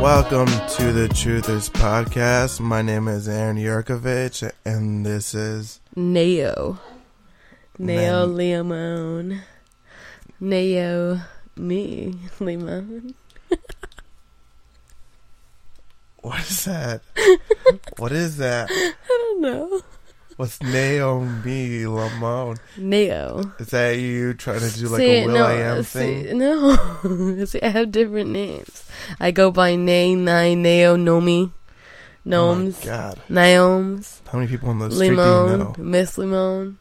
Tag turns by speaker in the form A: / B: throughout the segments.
A: Welcome to the Truthers Podcast. My name is Aaron Yurkovich, and this is
B: Neo. Neo
A: Man.
B: Limon. Neo me Limon.
A: what is that? what is that?
B: I don't know.
A: What's Naomi Lamone?
B: Neo.
A: Is that you trying to do like
B: See,
A: a Will
B: no,
A: I Am
B: see,
A: thing?
B: No. see, I have different names. I go by Nay, Nai, Neo,
A: Oh
B: Nomi, Gnomes,
A: my God,
B: Niomes,
A: how many people on the street do you
B: Limon,
A: know?
B: Miss Limon.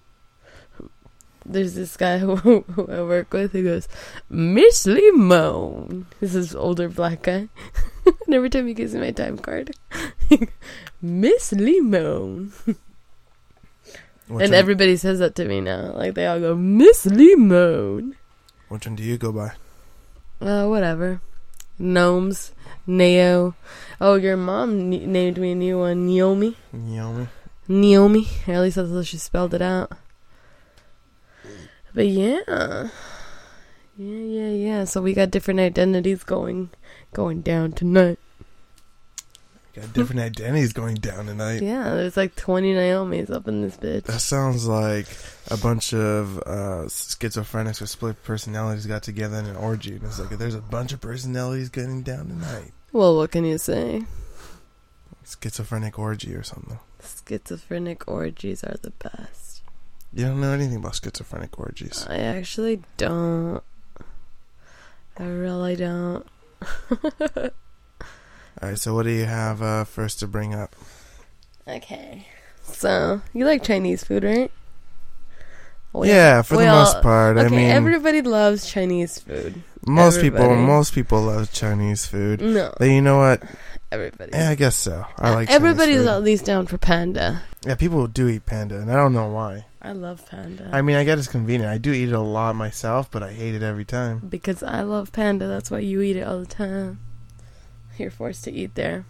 B: There's this guy who, who I work with who goes, Miss Limon. This is older black guy. and every time he gives me my time card, Miss Limon.
A: Which
B: and
A: one,
B: everybody says that to me now. Like they all go, Miss Limon.
A: which one do you go by?
B: Uh, whatever. Gnomes, Neo. Oh, your mom n- named me a new one, Naomi.
A: Naomi.
B: Naomi. Or at least that's how she spelled it out. But yeah. Yeah, yeah, yeah. So we got different identities going going down tonight.
A: Got different identities going down tonight.
B: Yeah, there's like 20 Naomi's up in this bitch.
A: That sounds like a bunch of uh, schizophrenics with split personalities got together in an orgy, and it's like there's a bunch of personalities getting down tonight.
B: Well, what can you say?
A: Schizophrenic orgy or something.
B: Schizophrenic orgies are the best.
A: You don't know anything about schizophrenic orgies.
B: I actually don't. I really don't.
A: All right, so what do you have uh, first to bring up?
B: Okay. So you like Chinese food, right? Oh, We-
A: yeah, for
B: we
A: the
B: all-
A: most part.
B: Okay,
A: I mean,
B: everybody loves Chinese food.
A: most people
B: everybody.
A: most people love Chinese food.
B: No,
A: But you know what?
B: everybody.
A: Yeah, I guess so.
B: Uh,
A: I like Chinese
B: Everybody's
A: food.
B: at least down for panda.
A: Yeah, people do eat panda, and I don't know why.
B: I love panda
A: I mean, I guess it's convenient. I do eat it a lot myself, but I hate it every time.
B: because I love panda. That's why you eat it all the time. You're forced to eat there.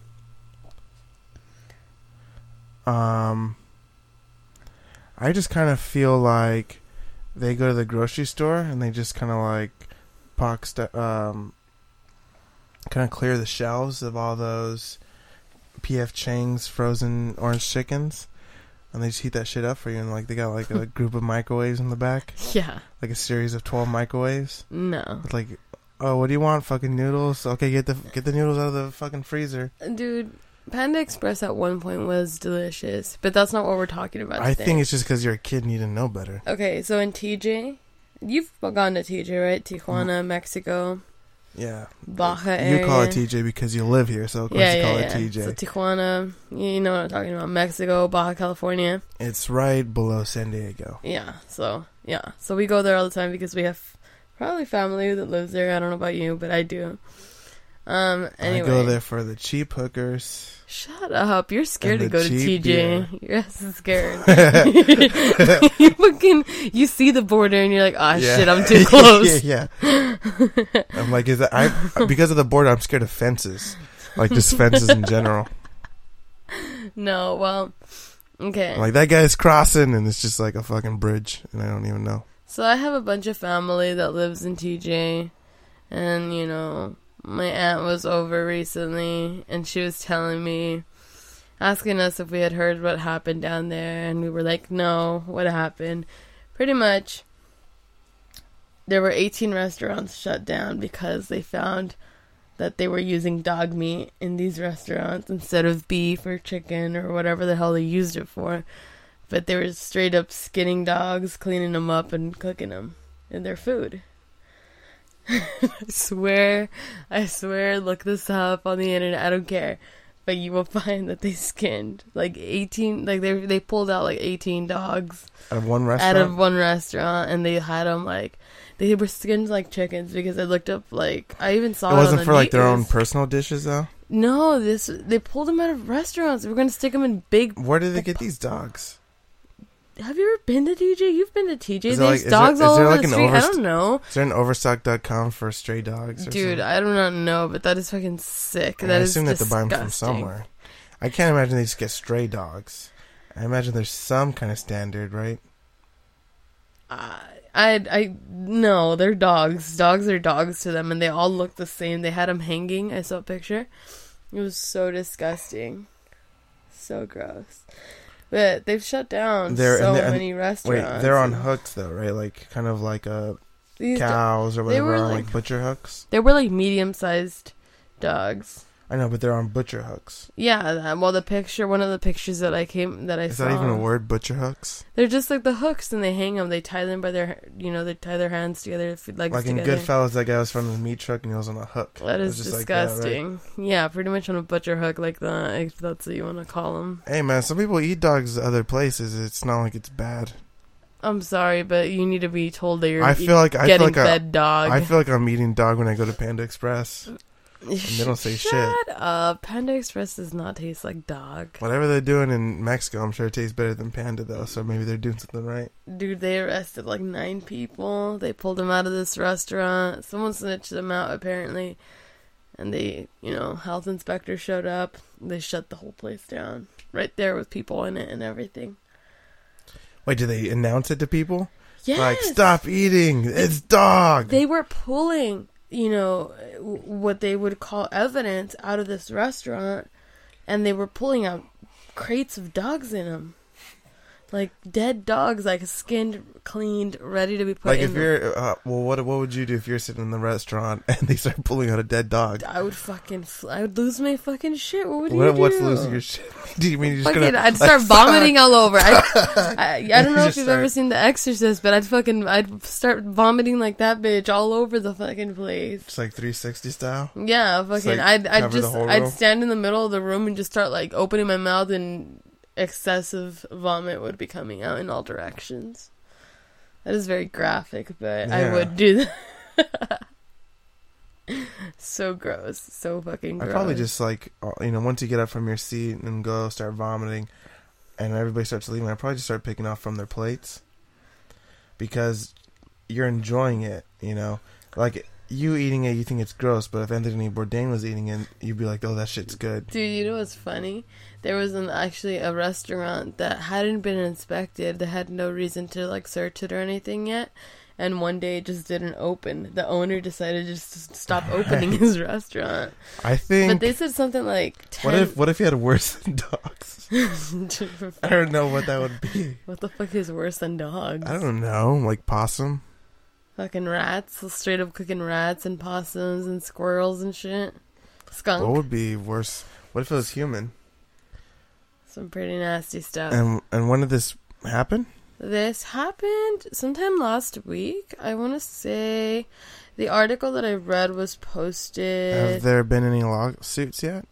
A: Um, I just kind of feel like they go to the grocery store and they just kind of like pock stu- um, kind of clear the shelves of all those PF Chang's frozen orange chickens, and they just heat that shit up for you. And like they got like a group of microwaves in the back,
B: Yeah.
A: like a series of twelve microwaves.
B: No,
A: It's like, oh, what do you want? Fucking noodles? Okay, get the get the noodles out of the fucking freezer.
B: dude. Panda Express at one point was delicious, but that's not what we're talking about.
A: I
B: today.
A: think it's just because you're a kid and you didn't know better.
B: okay. So in TJ, you've gone to TJ, right? Tijuana, Mexico,
A: Yeah.
B: Baja
A: You call it
B: area.
A: TJ because you live here, so of course
B: yeah,
A: you
B: yeah,
A: call
B: yeah.
A: it TJ.
B: So Tijuana, you know what I'm talking about. Mexico, Baja California.
A: it's right below San Diego.
B: Yeah. So yeah. So we go there all the time because we have probably family that lives there. I don't know about you, but I do. Um. Anyway.
A: I go there for the cheap hookers.
B: Shut up! You're scared to
A: And
B: go
A: the
B: to
A: cheap
B: TJ.
A: beer.
B: Your ass is scared. you fucking you see the border and you're like, ah,
A: Yeah.
B: shit, I'm too close.
A: yeah, yeah. I'm like, is that I? Because of the border, I'm scared of fences, like just fences in general.
B: No, well, okay.
A: I'm like that guy's crossing, and it's just like a fucking bridge, and I don't even know.
B: So I have a bunch of family that lives in TJ, and you know, my aunt was over recently, and she was telling me, asking us if we had heard what happened down there, and we were like, no, what happened? Pretty much, there were 18 restaurants shut down because they found that they were using dog meat in these restaurants instead of beef or chicken or whatever the hell they used it for but they were straight up skinning dogs, cleaning them up, and cooking them in their food. I swear, I swear, look this up on the internet. I don't care, but you will find that they skinned like eighteen, like they they pulled out like eighteen dogs
A: At one
B: out
A: restaurant,
B: of one restaurant, and they had them like They were skinned like chickens because I looked up like I even saw.
A: it
B: It,
A: wasn't
B: on the
A: for like their own
B: news.
A: personal dishes though.
B: no, this they pulled them out of restaurants. They were going to stick them in big.
A: Where did they
B: The
A: get
B: pu-
A: these dogs?
B: Have you ever been to TJ? You've been to TJ.
A: Is
B: There's
A: there, like- is there-
B: dogs
A: is
B: all
A: there,
B: over
A: like,
B: the
A: an
B: street. I
A: overst-
B: don't know,
A: Is there an Overstock.com for stray dogs? Or
B: dude.
A: something?
B: I do not know, but that is fucking sick.
A: I
B: That is
A: assume that they buy them from
B: disgusting.
A: somewhere. I can't imagine they just get stray dogs. I imagine there's some kind of standard, right?
B: I, I, I, no, they're dogs. Dogs are dogs to them, and they all look the same. They had them hanging. I saw a picture. It was so disgusting, so gross. But they've shut down
A: They're- and
B: so
A: they're- and-
B: many
A: Wait,
B: restaurants.
A: they're on hooks though, right? Like kind of like uh,
B: These do-
A: cows or whatever
B: were,
A: on
B: like-
A: like butcher hooks.
B: they were like medium-sized dogs.
A: I know, but they're on butcher hooks.
B: Yeah. That, well, the picture, one of the pictures that I came that I
A: Is
B: saw.
A: that even a word? Butcher hooks,
B: They're just like the hooks, and they hang them. They tie them by their, you know, they tie their hands together, f- legs
A: like in
B: together.
A: Goodfellas, that guy was from the meat truck and he was on a hook.
B: That
A: It
B: is
A: was just like that, right?
B: disgusting. Yeah, pretty much on a butcher hook like that, if that's what you want to call them.
A: Hey man, some people eat dogs other places. It's not like it's bad.
B: I'm sorry, but you need to be told that you're
A: I feel like I feel
B: getting
A: like
B: fed
A: I,
B: dog.
A: I feel like I'm eating dog when I go to Panda Express. they don't say
B: Shut
A: shit.
B: up. Panda Express does not taste like dog.
A: Whatever they're doing in Mexico, I'm sure it tastes better than Panda though. So maybe they're doing something right.
B: Dude, they arrested like nine people. They pulled them out of this restaurant. Someone snitched them out, apparently. And they, you know, health inspector showed up. They shut the whole place down. Right there with people in it and everything.
A: Wait, do they announce it to people?
B: Yes.
A: Like, stop eating. It's dog.
B: they were pulling you know w- what they would call evidence out of this restaurant and they were pulling out crates of dogs in them like dead dogs like skinned cleaned ready to be put
A: like
B: in
A: if
B: the-
A: you're uh, well, what what would you do if you're sitting in the restaurant and they start pulling out a dead dog?
B: i would fucking fl- i would lose my fucking shit what would
A: What-
B: you do
A: what's losing your shit? do you mean you're just
B: Fucking,
A: gonna?
B: I'd start vomiting all over. I, I, I don't know if
A: Just
B: you've
A: start-
B: ever seen The Exorcist, but I'd fucking, I'd start vomiting like that bitch all over the fucking place.
A: It's like 360 style.
B: Yeah, fucking.
A: like,
B: I'd I'd
A: cover the
B: just
A: whole
B: I'd
A: room.
B: stand in the middle of the room and just start like opening my mouth and excessive vomit would be coming out in all directions. That is very graphic, but I
A: Yeah.
B: would do that. so gross, so fucking
A: I
B: gross.
A: probably just like uh, you know once you get up from your seat and go start vomiting, and everybody starts leaving. I probably just start picking off from their plates because you're enjoying it. You know, like you eating it, you think it's gross, but if Anthony Bourdain was eating it, you'd be like, "Oh, that shit's good."
B: Dude, you know what's funny? There was an actually a restaurant that hadn't been inspected. They had no reason to like search it or anything yet. And one day it just didn't open. The owner decided to just stop opening his restaurant.
A: I think.
B: But they said something like ten.
A: what if what if you had worse than dogs? I don't know what that would be.
B: what the fuck is worse than dogs?
A: I don't know, like possum.
B: Fucking rats, straight up cooking rats and possums and squirrels and shit. Skunk,
A: What would be worse? What if it was human?
B: some pretty nasty stuff.
A: And and when did this happen?
B: This happened sometime last week. I want to say the article that I read was
A: Have
B: posted.
A: there been any lawsuits yet?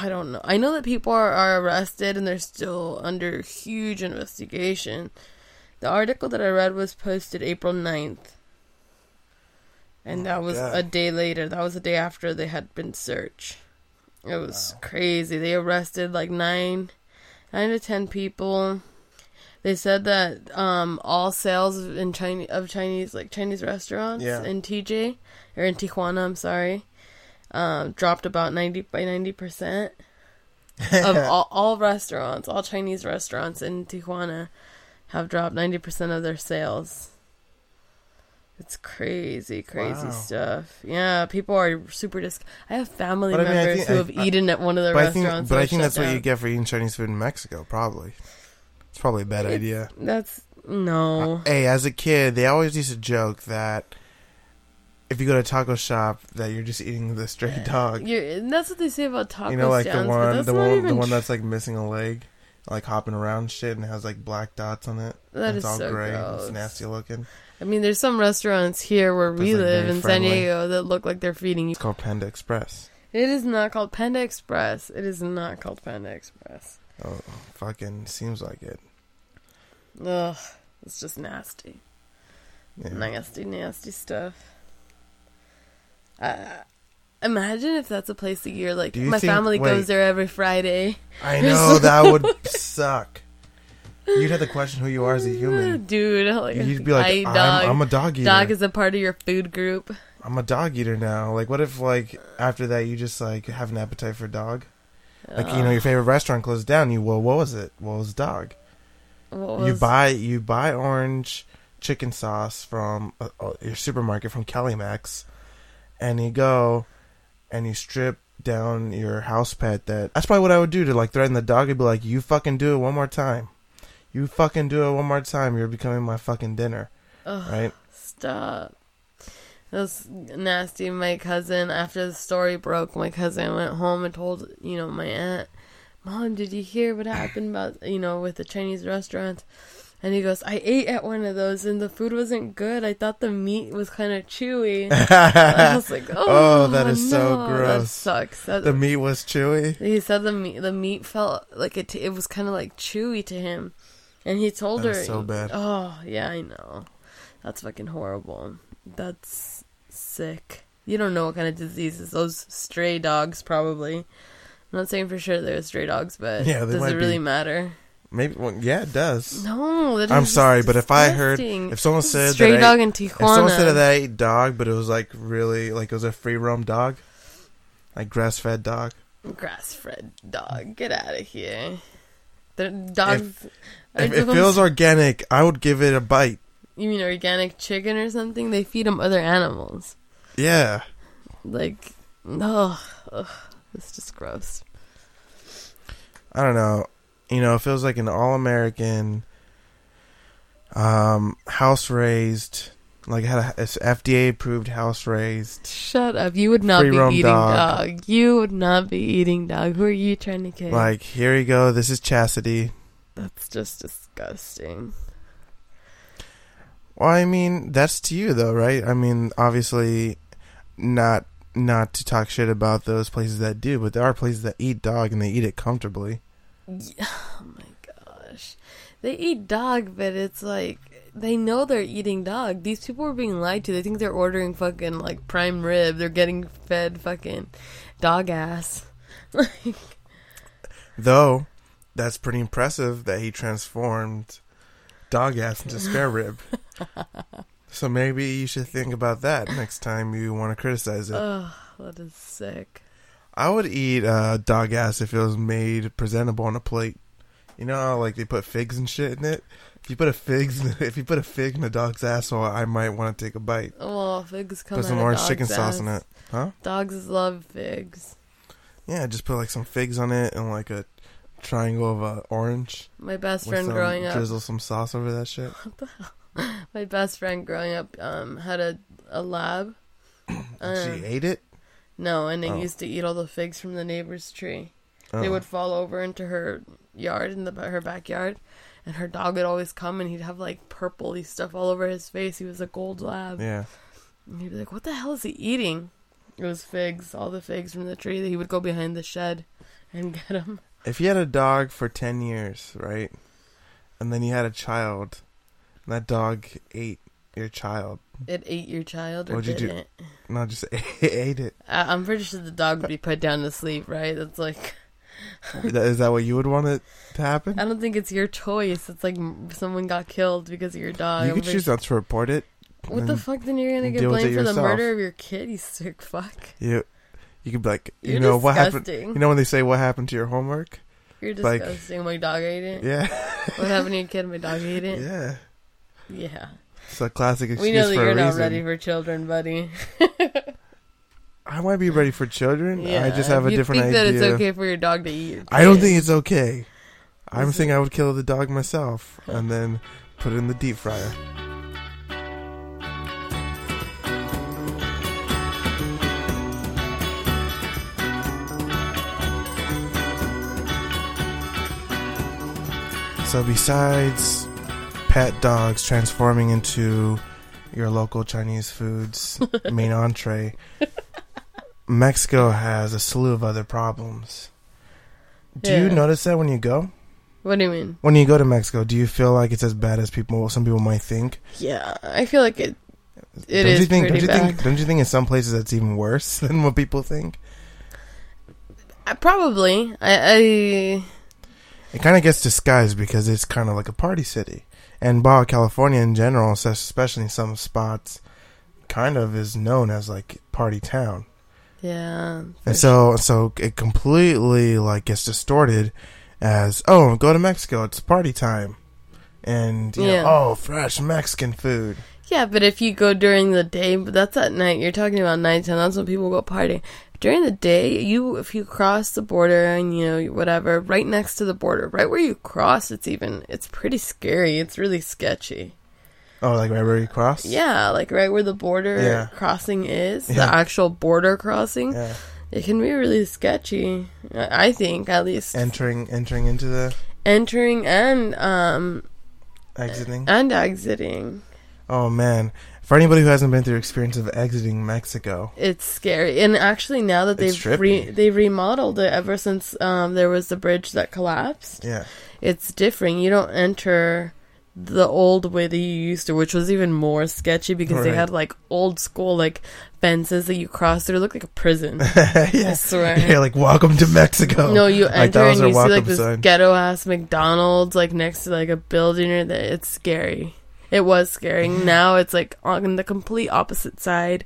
B: I don't know. I know that people are, are arrested and they're still under huge investigation. The article that I read was posted April 9th. And that was
A: God.
B: a day later. That was a day after they had been searched. It was crazy. They arrested like nine, nine to ten people. They said that um, all sales in China of Chinese like Chinese restaurants
A: Yeah.
B: in TJ or in Tijuana, I'm sorry, um, dropped about ninety by ninety percent of all, all restaurants, all Chinese restaurants in Tijuana have dropped ninety percent of their sales. It's crazy, crazy
A: Wow.
B: stuff. Yeah, people are super dis. I have family
A: But I mean, I
B: members
A: think-
B: who
A: I-
B: have
A: I-
B: eaten at one of the
A: But I
B: restaurants.
A: think,
B: that
A: but I
B: have
A: think
B: shut
A: that's what you
B: down.
A: get for eating Chinese food in Mexico. Probably, it's probably a bad
B: It's-
A: idea. Uh,
B: That's no.
A: Hey, as a kid, they always used to joke that if you go to a taco shop, that you're just eating the stray dog.
B: you and that's what they say about taco
A: you know, like the
B: stands, but
A: one,
B: that's
A: the
B: not
A: one,
B: even
A: the one that's like missing a leg, like hopping around and shit, and it has like black dots on it.
B: That
A: and
B: is
A: it's all
B: so
A: gray. and
B: gross.
A: It's nasty looking.
B: I mean, there's some restaurants here where we
A: That's, like,
B: live
A: very
B: in
A: friendly.
B: San Diego that look like they're feeding you.
A: It's called Panda Express.
B: It is not called Panda Express. It is not called Panda Express.
A: Oh, fucking seems like it.
B: Ugh, it's just nasty.
A: Yeah.
B: nasty, nasty stuff. Uh, imagine if that's a place that you're like,
A: Do you
B: my
A: think-
B: family
A: wait.
B: goes there every Friday.
A: I know that would suck. You'd have to question who you are as a human.
B: Dude, like,
A: You'd be like,
B: I-
A: I'm, I'm a dog eater.
B: dog is a part of your food group.
A: I'm a dog eater now. Like, what if like after that you just like have an appetite for dog? Like, you know, your favorite restaurant closed down. You well, what was it? What was dog?
B: What
A: You
B: was-
A: buy you buy orange chicken sauce from uh, uh, your supermarket from Calimax, and you go and you strip down your house pet. That that's probably what I would do to like threaten the dog. I'd be like, "You fucking do it one more time. You fucking do it one more time. You're becoming my fucking dinner,
B: Ugh,
A: right?"
B: Stop. That's nasty. My cousin, after the story broke, my cousin went home and told, you know, my aunt, Mom, did you hear what happened about, you know, with the Chinese restaurant? And he goes, I ate at one of those and the food wasn't good. I thought the meat was kind of chewy. I was like, oh,
A: Oh, that is so
B: no, That
A: gross.
B: sucks. That,
A: the meat was chewy.
B: he said the meat, the meat felt like it. T- it was kind of like chewy to him, and he told
A: That
B: her,
A: is so bad.
B: "Oh yeah, I know. That's fucking horrible. That's sick. You don't know what kind of diseases those stray dogs probably. I'm not saying for sure they're stray dogs, but
A: Yeah, they
B: does
A: might
B: it
A: be.
B: really matter?
A: Maybe well, yeah, it does.
B: No, that
A: I'm
B: is
A: sorry, but if I heard
B: disgusting.
A: if someone said
B: stray
A: that I-
B: dog in
A: if someone said
B: Tijuana,
A: that I ate dog, but it was like really like it was a free roam dog, like grass fed dog.
B: grass fed dog, get out of here. The dogs. I
A: If
B: took
A: it
B: 'em
A: feels organic, I would give it a bite.
B: you mean organic chicken or something? They feed them other animals.
A: Yeah,
B: Like, no, ugh, it's just gross.
A: I don't know. You know, it feels like an all American, um, house raised, like had a it's FDA approved house raised.
B: Shut up! You would not
A: Free
B: be
A: roam
B: eating
A: dog.
B: dog. You would not be eating dog. Who are you trying to kid?
A: Like here you go, this is chastity.
B: That's just disgusting.
A: Well, I mean, that's to you though, right? I mean, obviously, not not to talk shit about those places that do, but there are places that eat dog and they eat it comfortably.
B: Yeah, oh my gosh, they eat dog, but it's like they know they're eating dog. These people are being lied to. They think they're ordering fucking like prime rib. They're getting fed fucking dog ass. Like.
A: Though, that's pretty impressive that he transformed dog ass into spare rib. So maybe you should think about that next time you want to criticize it.
B: Oh, that is sick.
A: I would eat uh, dog ass if it was made presentable on a plate. You know, how, like they put figs and shit in it. If you put a figs, if you put a fig in a dog's asshole, I might want to take a bite.
B: Oh, figs come
A: Put some
B: out of
A: orange
B: dog's
A: chicken sauce in
B: ass.
A: it. Huh?
B: Dogs love figs.
A: Yeah, just put like some figs on it and like a triangle of uh, orange.
B: My best
A: with
B: friend
A: some-
B: growing up,
A: Drizzle some sauce over that shit.
B: my best friend growing up, um, had a a lab.
A: she
B: Um,
A: ate it.
B: no, and they
A: Oh.
B: used to eat all the figs from the neighbor's tree. They
A: Oh.
B: would fall over into her yard in the her backyard, and her dog would always come, and he'd have like purpley stuff all over his face. He was a gold lab.
A: Yeah.
B: And he'd be like, "What the hell is he eating?" It was figs, all the figs from the tree. He would go behind the shed and get them.
A: If you had a dog for ten years, right, and then you had a child, and that dog ate your child,
B: It ate your child, or
A: What'd you do?
B: didn't.
A: no, just ate it.
B: I- I'm pretty sure the dog would be put down to sleep, right? That's like
A: That- Is that what you would want it to happen?
B: I don't think it's your choice. It's like m- someone got killed because of your dog.
A: You
B: I'm
A: could
B: pretty
A: choose not to report it.
B: sure- What the
A: and
B: fuck? Then you're gonna
A: and
B: get
A: deal with
B: blamed
A: it
B: for the
A: yourself.
B: murder of your kid. You sick fuck.
A: You, you could be like, you
B: You're
A: know what happened.
B: disgusting.
A: You know when they say what happened to your homework?
B: You're
A: like-
B: disgusting. my dog ate it.
A: Yeah,
B: What happened to your kid? My dog ate it. Yeah.
A: yeah. It's a classic excuse
B: We know that
A: for
B: you're
A: a
B: not
A: reason.
B: ready for children, buddy.
A: I might be ready for children.
B: yeah.
A: I just have a
B: you
A: different
B: think
A: idea.
B: that it's okay for your dog to eat. your
A: I don't
B: kid.
A: think it's okay. I'm
B: Is
A: saying I would kill the dog myself and then put it in the deep fryer. So besides pet dogs transforming into your local Chinese foods main entree, Mexico has a slew of other problems. Do you
B: Yeah.
A: notice that when you go?
B: What do you mean?
A: When you go to Mexico, do you feel like it's as bad as people some people might think?
B: Yeah, I feel like it. It
A: don't
B: is
A: you think
B: pretty
A: don't you
B: bad.
A: think don't you think in some places that's even worse than what people think?
B: I, Uh, probably. I, I
A: It kind of gets disguised because it's kind of like a party city. And Baja California in general, es- especially in some spots, kind of is known as like party town.
B: yeah. for
A: And so so it completely like gets distorted as oh, go to Mexico, it's party time. And you know,
B: Yeah.
A: oh, fresh Mexican food.
B: Yeah, but if you go during the day, but that's at night. You're talking about nighttime. That's when people go party. During the day, you if you cross the border and you know whatever, right next to the border, right where you cross, it's even it's pretty scary. It's really sketchy.
A: Oh, like right where you cross?
B: Yeah, like right where the border
A: Yeah.
B: crossing is,
A: Yeah.
B: the actual border crossing,
A: Yeah.
B: it can be really sketchy. I I think at least
A: Entering entering into the
B: entering and um
A: exiting.
B: and exiting.
A: Oh man. For anybody who hasn't been through the experience of exiting Mexico.
B: It's scary, and actually now that
A: It's
B: they've re-
A: trippy.
B: they remodeled it ever since um, there was the bridge that collapsed,
A: Yeah.
B: it's different. You don't enter the old way that you used to, which was even more sketchy because they
A: Right.
B: had like old school like fences that you crossed through. It looked like a prison.
A: yeah.
B: I swear.
A: You're like, welcome to Mexico.
B: No, you
A: Like,
B: enter
A: that was
B: and
A: our
B: you see like
A: welcome
B: this
A: sign.
B: ghetto ass McDonald's like next to like a building or that. It's scary. It was scary. Now it's like on the complete opposite side.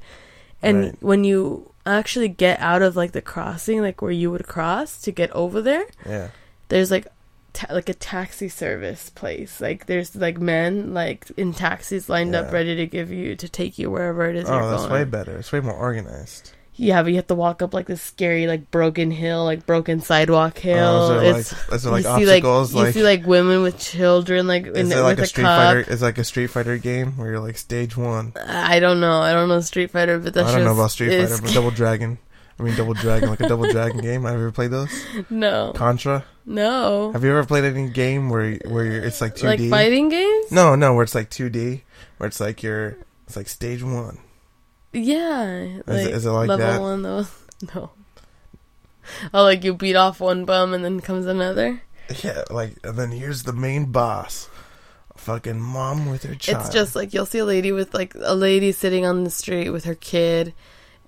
B: And
A: Right.
B: when you actually get out of like the crossing, like where you would cross to get over there,
A: Yeah.
B: there's like ta- like a taxi service place. Like there's like men like in taxis lined up
A: Yeah.
B: ready to give you to take you wherever it is you're
A: Oh, that's
B: going.
A: way better. It's way more organized.
B: Yeah, but you have to walk up like this scary, like broken hill, like broken sidewalk hill.
A: Oh, is there
B: it's
A: like, is there like
B: you
A: obstacles?
B: see like, you see like women with children like in
A: is
B: it
A: there like
B: with
A: a
B: a,
A: Street
B: cup.
A: Fighter? Is like a Street Fighter game where you're like stage one.
B: I don't know. I don't know Street Fighter, but that's
A: I don't know about Street Fighter, but
B: is,
A: Double Dragon. I mean, Double Dragon, like a Double Dragon game. Have you ever played those?
B: no,
A: Contra.
B: no,
A: Have you ever played any game where where you're, it's like two
B: like
A: D?
B: fighting games.
A: No, no, where it's like two D, where it's like you're it's like stage one.
B: Yeah,
A: Is it- is it like
B: level
A: that?
B: one though? No. Oh, like you beat off one bum and then comes another.
A: Yeah, like and then here's the main boss, fucking mom with her child.
B: It's just like you'll see a lady with like a lady sitting on the street with her kid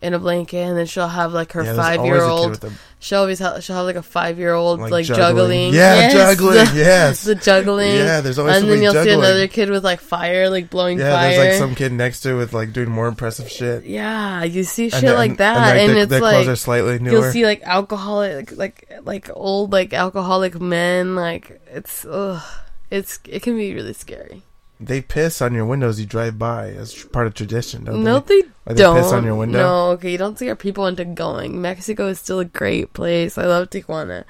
B: in a blanket, and then she'll have like her
A: Yeah, there's always a kid
B: five year old
A: with a-
B: She always ha- she'll have like a five year old like, juggling.
A: Yeah,
B: Yes,
A: juggling.
B: The,
A: yes.
B: the juggling.
A: Yeah, there's always
B: and then
A: somebody
B: you'll see
A: juggling.
B: another kid with like fire, like blowing
A: yeah,
B: fire.
A: there's like some kid next to it with like doing more impressive shit.
B: yeah, you see shit
A: And they're-
B: like that,
A: they're-
B: and,
A: their,
B: it's
A: their clothes are
B: like
A: slightly newer.
B: you'll see like alcoholic, like like like old like alcoholic men. Like it's ugh, it's it can be really scary.
A: they piss on your windows you drive by as tr- part of tradition, don't
B: no,
A: they?
B: they,
A: Or
B: don't.
A: they piss on your window?
B: No, okay, you don't see our people into going. Mexico is still a great place. I love Tijuana,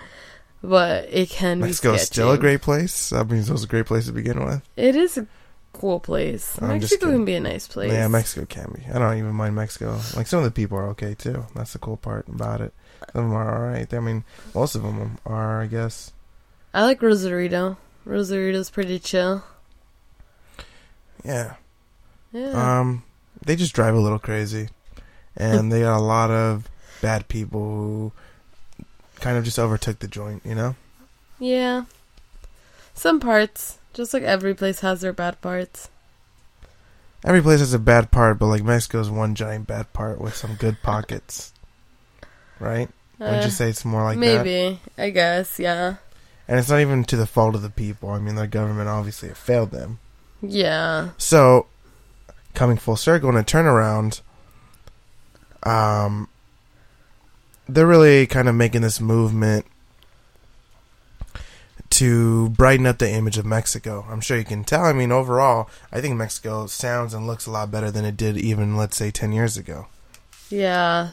B: but it can be
A: Mexico's
B: sketchy.
A: still a great place. I mean, it was a great place to begin with.
B: It is a cool place.
A: I'm just
B: Mexico
A: kidding.
B: can be a nice place.
A: Yeah, Mexico can be. I don't even mind Mexico. Like some of the people are okay too. That's the cool part about it. Some of them are all right. I mean, most of them are, I guess.
B: I like Rosarito. Rosarito's pretty chill.
A: Yeah.
B: Yeah.
A: Um, they just drive a little crazy, and they got a lot of bad people who kind of just overtook the joint. You know,
B: yeah. Some parts, just like every place has their bad parts.
A: every place has a bad part, but like Mexico's one giant bad part with some good pockets, right? Wouldn't
B: Uh,
A: you say it's more like that?
B: maybe. I guess, yeah.
A: And it's not even to the fault of the people. I mean, the government obviously failed them.
B: Yeah.
A: So, coming full circle in a turnaround, um, they're really kind of making this movement to brighten up the image of Mexico. I'm sure you can tell. I mean, overall, I think Mexico sounds and looks a lot better than it did even, let's say, 10 years ago.
B: Yeah.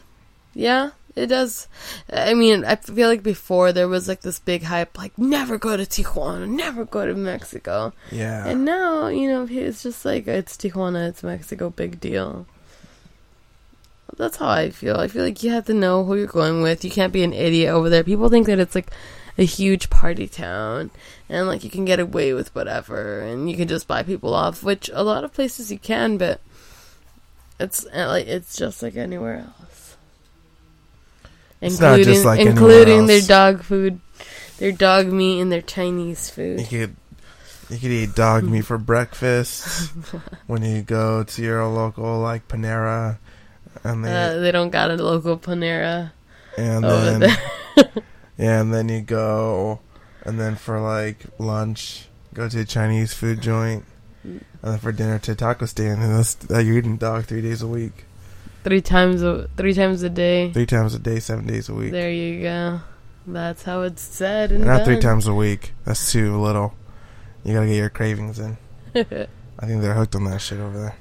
B: Yeah. It does. I mean, I feel like before there was like this big hype, like never go to Tijuana, never go to Mexico,
A: Yeah.
B: and now you know it's just like it's Tijuana, it's Mexico, big deal. That's how I feel. I feel like you have to know who you're going with. You can't be an idiot over there. People think that it's like a huge party town and like you can get away with whatever and you can just buy people off, which a lot of places you can, but it's uh, like it's just like anywhere else.
A: It's not just like anywhere
B: including their
A: else.
B: dog food. their dog meat and their Chinese
A: You
B: food.
A: could you could eat dog meat for breakfast when you go to your local like Panera, and they,
B: Uh, they don't got a local Panera
A: and
B: over
A: then
B: there.
A: yeah, and then you go and then for like lunch go to a Chinese food joint, and then for dinner to a taco stand. And that's uh, you're eating dog three days a week,
B: three times a three times a day.
A: three times a day, seven days a week.
B: There you go. That's how it's said. And
A: Not three
B: done.
A: times a week. That's too little. You gotta get your cravings in. I think they're hooked on that shit over there.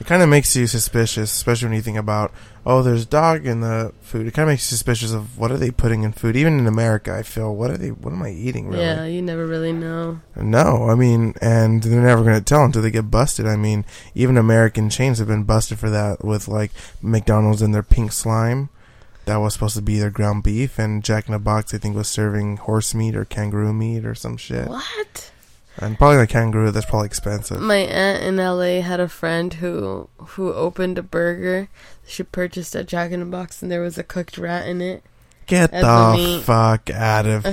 A: It kind of makes you suspicious, especially when you think about, oh, there's dog in the food. It kind of makes you suspicious of what are they putting in food. Even in America, I feel, what are they? What am I eating? Really?
B: Yeah, you never really know.
A: No, I mean, and they're never going to tell until they get busted. I mean, even American chains have been busted for that with like McDonald's and their pink slime. That was supposed to be their ground beef, and Jack in the Box, I think, was serving horse meat or kangaroo meat or some shit.
B: What? Mm,
A: And probably like kangaroo, that's probably expensive.
B: My aunt in LA had a friend who who opened a burger. She purchased at Jack in the Box and there was a cooked rat in it.
A: Get
B: That's what
A: the
B: me-
A: fuck out of
B: I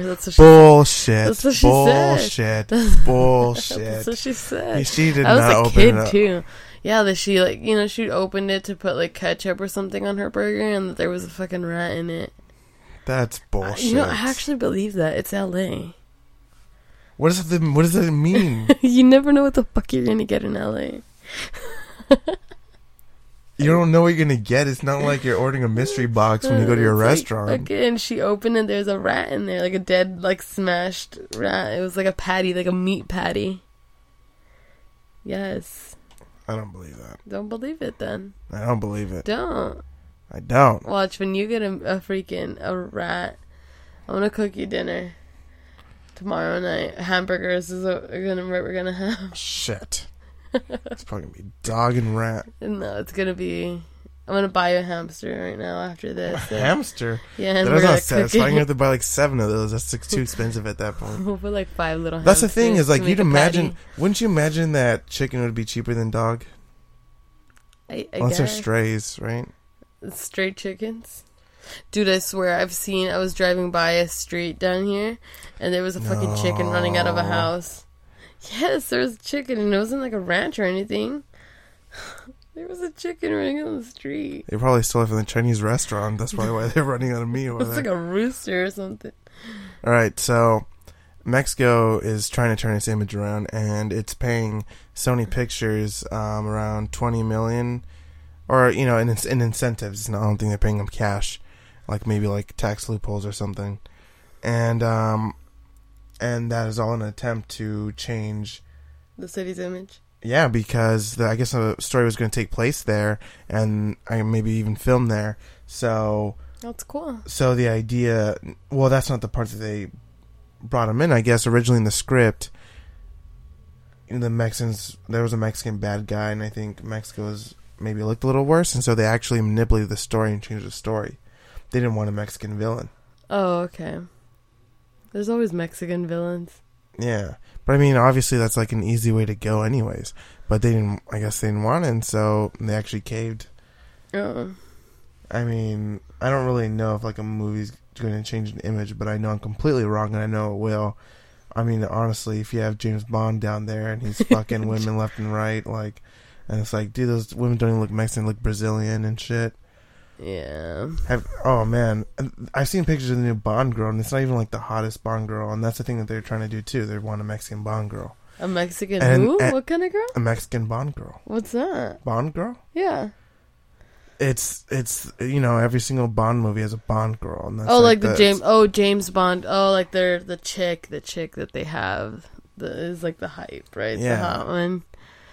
A: here.
B: that's what she
A: Bullshit.
B: That's what she
A: bullshit.
B: said.
A: Bullshit.
B: That's what she
A: Yeah,
B: said.
A: she did
B: I
A: not
B: was a
A: open it
B: kid
A: up.
B: too. Yeah, that she like you know she opened it to put like ketchup or something on her burger and that there was a fucking rat in it.
A: That's
B: I-
A: bullshit.
B: Uh, You know, I actually believe that. It's LA.
A: what does the what does that mean?
B: you never know what the fuck you're gonna get in LA.
A: you don't know what you're gonna get. It's not like you're ordering a mystery box when you go to your
B: It's like,
A: restaurant.
B: okay, and she opened and there's a rat in there, like a dead, like smashed rat. It was like a patty, like a meat patty. Yes.
A: I don't believe that.
B: Don't believe it then.
A: I don't believe it.
B: Don't.
A: I don't.
B: Watch when you get a, a freaking a rat. I'm gonna cook you dinner tomorrow night. Hamburgers is what we're gonna what we're gonna have.
A: Shit. It's probably gonna be dog and rat.
B: No, it's gonna be. I'm gonna buy you a hamster right now after this.
A: Hamster.
B: Yeah, and
A: That
B: we're
A: is
B: gonna
A: not
B: cook
A: satisfying. You
B: it.
A: have to buy like seven of those. That's like, too expensive at that point.
B: We'll put like five little.
A: That's the thing
B: hamsters
A: is like
B: to make
A: you'd
B: a
A: imagine.
B: patty.
A: Wouldn't you imagine that chicken would be cheaper than dog?
B: I, I
A: Unless they're
B: guess.
A: strays, right?
B: Straight chickens. Dude, I swear I've seen. I was driving by a street down here, and there was a fucking chicken running out of a
A: No.
B: house. Yes, there was a chicken, and it wasn't like a ranch or anything. there was a chicken running on the street.
A: They probably stole it from the Chinese restaurant. That's probably why they're running out of meat
B: It
A: over
B: was
A: there.
B: like a rooster or something.
A: All right, so Mexico is trying to turn its image around, and it's paying Sony Pictures um, around twenty million, or you know, in, in incentives. It's not- I don't think they're paying them cash, like maybe like tax loopholes or something, and um, and that is all an attempt to change
B: The city's image.
A: yeah, because the, I guess the story was going to take place there, and I maybe even film there. So,
B: That's cool.
A: so the idea. Well, that's not the part that they brought him in. I guess originally in the script, the Mexicans there was a Mexican bad guy, and I think Mexico's maybe looked a little worse, and so they actually manipulated the story and changed the story. They didn't want a Mexican villain.
B: Oh, okay. There's always Mexican villains.
A: Yeah. But I mean, obviously, that's like an easy way to go, anyways. But they didn't, I guess they didn't want it, and so they actually caved.
B: Oh,
A: I mean, I don't really know if like a movie's going to change an image, but I know I'm completely wrong, and I know it will. I mean, honestly, if you have James Bond down there and he's fucking women left and right, like, and it's like, dude, those women don't even look Mexican, they look Brazilian and shit.
B: yeah.
A: Have oh man, And I've seen pictures of the new Bond girl, and it's not even like the hottest Bond girl, and that's the thing that they're trying to do too. They want a Mexican Bond girl,
B: A Mexican
A: And-
B: who?
A: and-
B: what kind of girl?
A: a Mexican Bond girl,
B: What's that?
A: Bond girl.
B: Yeah.
A: It's it's you know every single Bond movie has a Bond girl, and that's
B: Oh, like, the,
A: the
B: James. Oh, James Bond. Oh, like they're the chick, the chick that they have. The, is like the hype, right?
A: Yeah.
B: The hot one.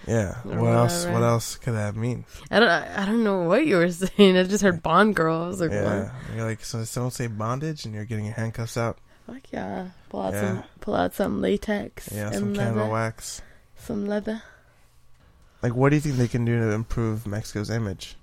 A: Yeah.
B: Or
A: What else?
B: whatever.
A: What else could that mean?
B: I don't. I, I don't know what you were saying. I just heard Bond girl. I was like,
A: Yeah. You're like, so someone say bondage, and you're getting your handcuffs out.
B: what? Fuck yeah! Pull out
A: Yeah.
B: some. Pull out some latex.
A: Yeah.
B: and
A: Some
B: leather.
A: candle wax.
B: Some leather.
A: Like, what do you think they can do to improve Mexico's image?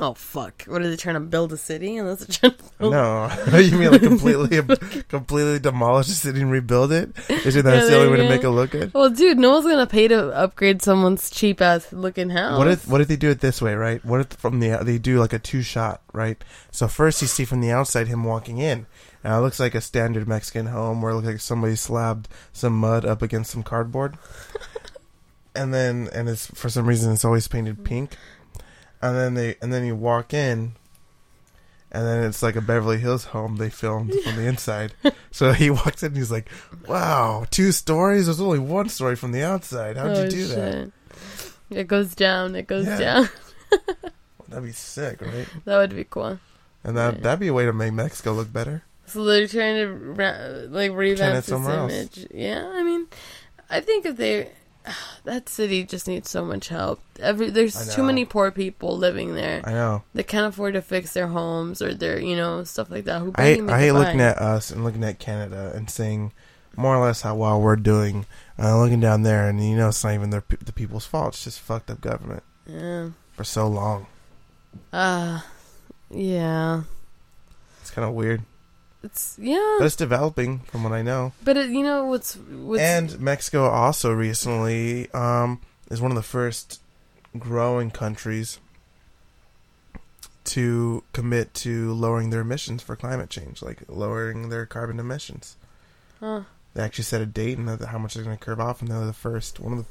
B: Oh fuck! What are they trying to build a city? And that's trying to build
A: No, you mean like completely, completely demolish the city and rebuild it? Is it that's
B: Yeah,
A: the only
B: there
A: way to
B: you
A: make it
B: go.
A: look good?
B: Well, dude, no one's gonna pay to upgrade someone's cheap ass looking house.
A: What if what if they do it this way, right? What if from the they do like a two shot, right? So first you see from the outside him walking in, and it looks like a standard Mexican home where it looks like somebody slabbed some mud up against some cardboard, and then and it's for some reason it's always
B: Mm.
A: painted pink, and then they and then you walk in, and then it's like a Beverly Hills home they filmed from the inside. So he walks in, and he's like, "Wow, two stories? There's only one story from the outside. How'd
B: Oh,
A: you do that?
B: shit. It goes down. It goes
A: Yeah.
B: down.
A: That'd be sick, right?"
B: That would be cool.
A: And that
B: Yeah.
A: that'd be a way to make Mexico look better.
B: So they're trying to ra- like
A: Turn it
B: revamp this
A: somewhere else.
B: image. Yeah, I mean, I think if they that city just needs so much help. Every
A: I
B: there's too
A: know.
B: many poor people living there.
A: I know.
B: They can't afford to fix their homes or their you know stuff like that. Who
A: I hate,
B: barely
A: I hate
B: make a
A: looking
B: buck.
A: at us and looking at Canada and seeing more or less how well we're doing. Uh, looking down there, and you know it's not even their, pe- the people's fault. It's just fucked up government
B: yeah.
A: for so long.
B: Uh, yeah.
A: It's kind of weird,
B: It's yeah,
A: but it's developing from what I know.
B: but it, you know what's what's
A: and Mexico also recently um, is one of the first growing countries to commit to lowering their emissions for climate change, like lowering their carbon emissions.
B: huh.
A: They actually set a date and that- how much they're going to curve off, and they're the first one of the.